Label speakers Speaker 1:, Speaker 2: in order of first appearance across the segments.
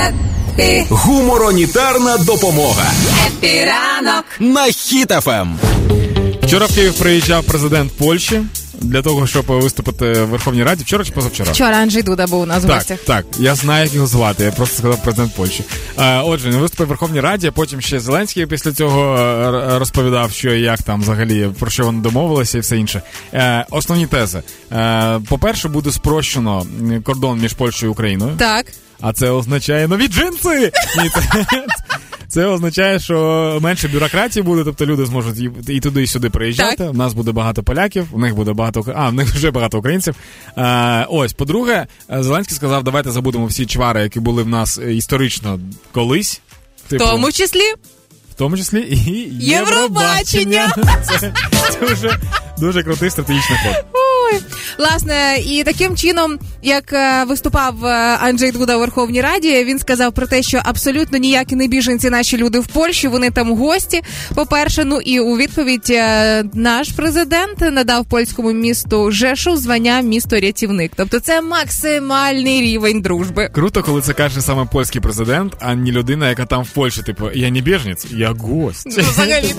Speaker 1: Епі,
Speaker 2: Гуморонітарна допомога
Speaker 1: епі ранок.
Speaker 2: на Ем. хітафем.
Speaker 3: Вчора в Київ приїжджав президент Польщі для того, щоб виступити в Верховній Раді. Вчора чи позавчора?
Speaker 4: Вчора Анджей Дуда був у нас в
Speaker 3: Так,
Speaker 4: гостях.
Speaker 3: так, я знаю, як його звати. Я просто сказав президент Польщі. Е, отже, він виступив в Верховній Раді, а потім ще Зеленський після цього е, р- розповідав, що і як там взагалі про що вони домовилися і все інше. Е, основні тези: е, по-перше, буде спрощено м, кордон між Польщею і Україною.
Speaker 4: Так.
Speaker 3: А це означає нові джинси. Ні, це, це означає, що менше бюрократії буде, тобто люди зможуть і- і туди, і сюди приїжджати. У нас буде багато поляків, у них буде багато ук- а, в них вже багато українців. Е, ось, по-друге, е, Зеленський сказав, давайте забудемо всі чвари, які були в нас е, історично колись.
Speaker 4: В
Speaker 3: Типу,
Speaker 4: тому числі
Speaker 3: в тому числі і
Speaker 4: Євробачення.
Speaker 3: Євробачення. Це, це вже дуже крутий стратегічний ход.
Speaker 4: Ой. Власне, і таким чином, як е, виступав е, Анджей Дуда у Верховній Раді, він сказав про те, що абсолютно ніякі не біженці наші люди в Польщі, вони там гості. По-перше, ну і у відповідь е, наш президент надав польському місту Жешу звання місто рятівник. Тобто це максимальний рівень дружби.
Speaker 3: Круто, коли це каже саме польський президент, а не людина, яка там в Польщі. Типу, я не біженець, я гость.
Speaker 4: Взагалі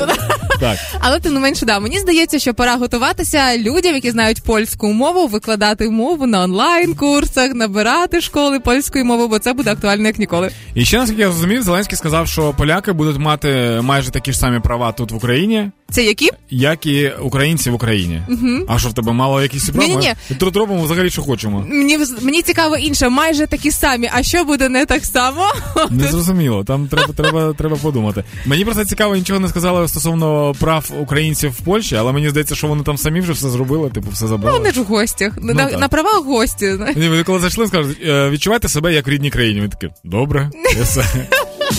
Speaker 3: Так.
Speaker 4: Але тим не менше, да, мені здається, що пора готуватися людям, які знають польську мову, викладати мову на онлайн-курсах, набирати школи польської мови, бо це буде актуально як ніколи.
Speaker 3: І ще наскільки я зрозумів, Зеленський сказав, що поляки будуть мати майже такі ж самі права тут в Україні,
Speaker 4: Це які?
Speaker 3: як і українці в Україні. А що в тебе мало якісь права?
Speaker 4: Ні-ні-ні.
Speaker 3: Ми Тут робимо взагалі, що хочемо.
Speaker 4: Мені вз- мені цікаво інше, майже такі самі. А що буде не так само?
Speaker 3: Не зрозуміло, там треба, треба, треба подумати. Мені просто цікаво, нічого не сказали стосовно прав українців в Польщі, але мені здається, що вони там самі вже все зробили, типу, все забрали.
Speaker 4: Вони ж у Ну, гостях. на,
Speaker 3: так.
Speaker 4: на правах гості. знаєш.
Speaker 3: Ні, вони коли зайшли, скажуть, «Е, відчувайте себе як в рідній країні. Він такий, добре, я все.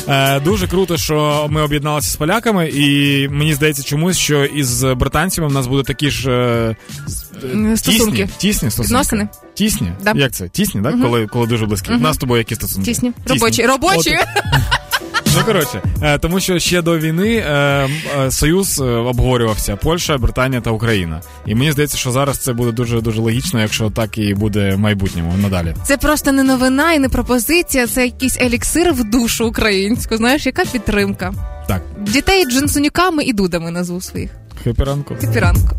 Speaker 3: Е, Дуже круто, що ми об'єдналися з поляками, і мені здається, чомусь, що із британцями в нас будуть такі ж е, с- е,
Speaker 4: Стосунки.
Speaker 3: тісні, тісні стосунки.
Speaker 4: Відносини.
Speaker 3: Тісні?
Speaker 4: Да.
Speaker 3: Як це? Тісні, так? Коли, коли дуже близькі. У нас з тобою які стосунки?
Speaker 4: Тісні. Робочі. Робочі.
Speaker 3: От, Ну коротше, е, тому що ще до війни е, м, е, союз е, обговорювався Польща, Британія та Україна. І мені здається, що зараз це буде дуже дуже логічно, якщо так і буде в майбутньому надалі.
Speaker 4: Це просто не новина і не пропозиція. Це якийсь еліксир в душу українську. Знаєш, яка підтримка?
Speaker 3: Так,
Speaker 4: Дітей джинсонюками і дудами назву своїх.
Speaker 3: хепі ранку.
Speaker 4: Піранку.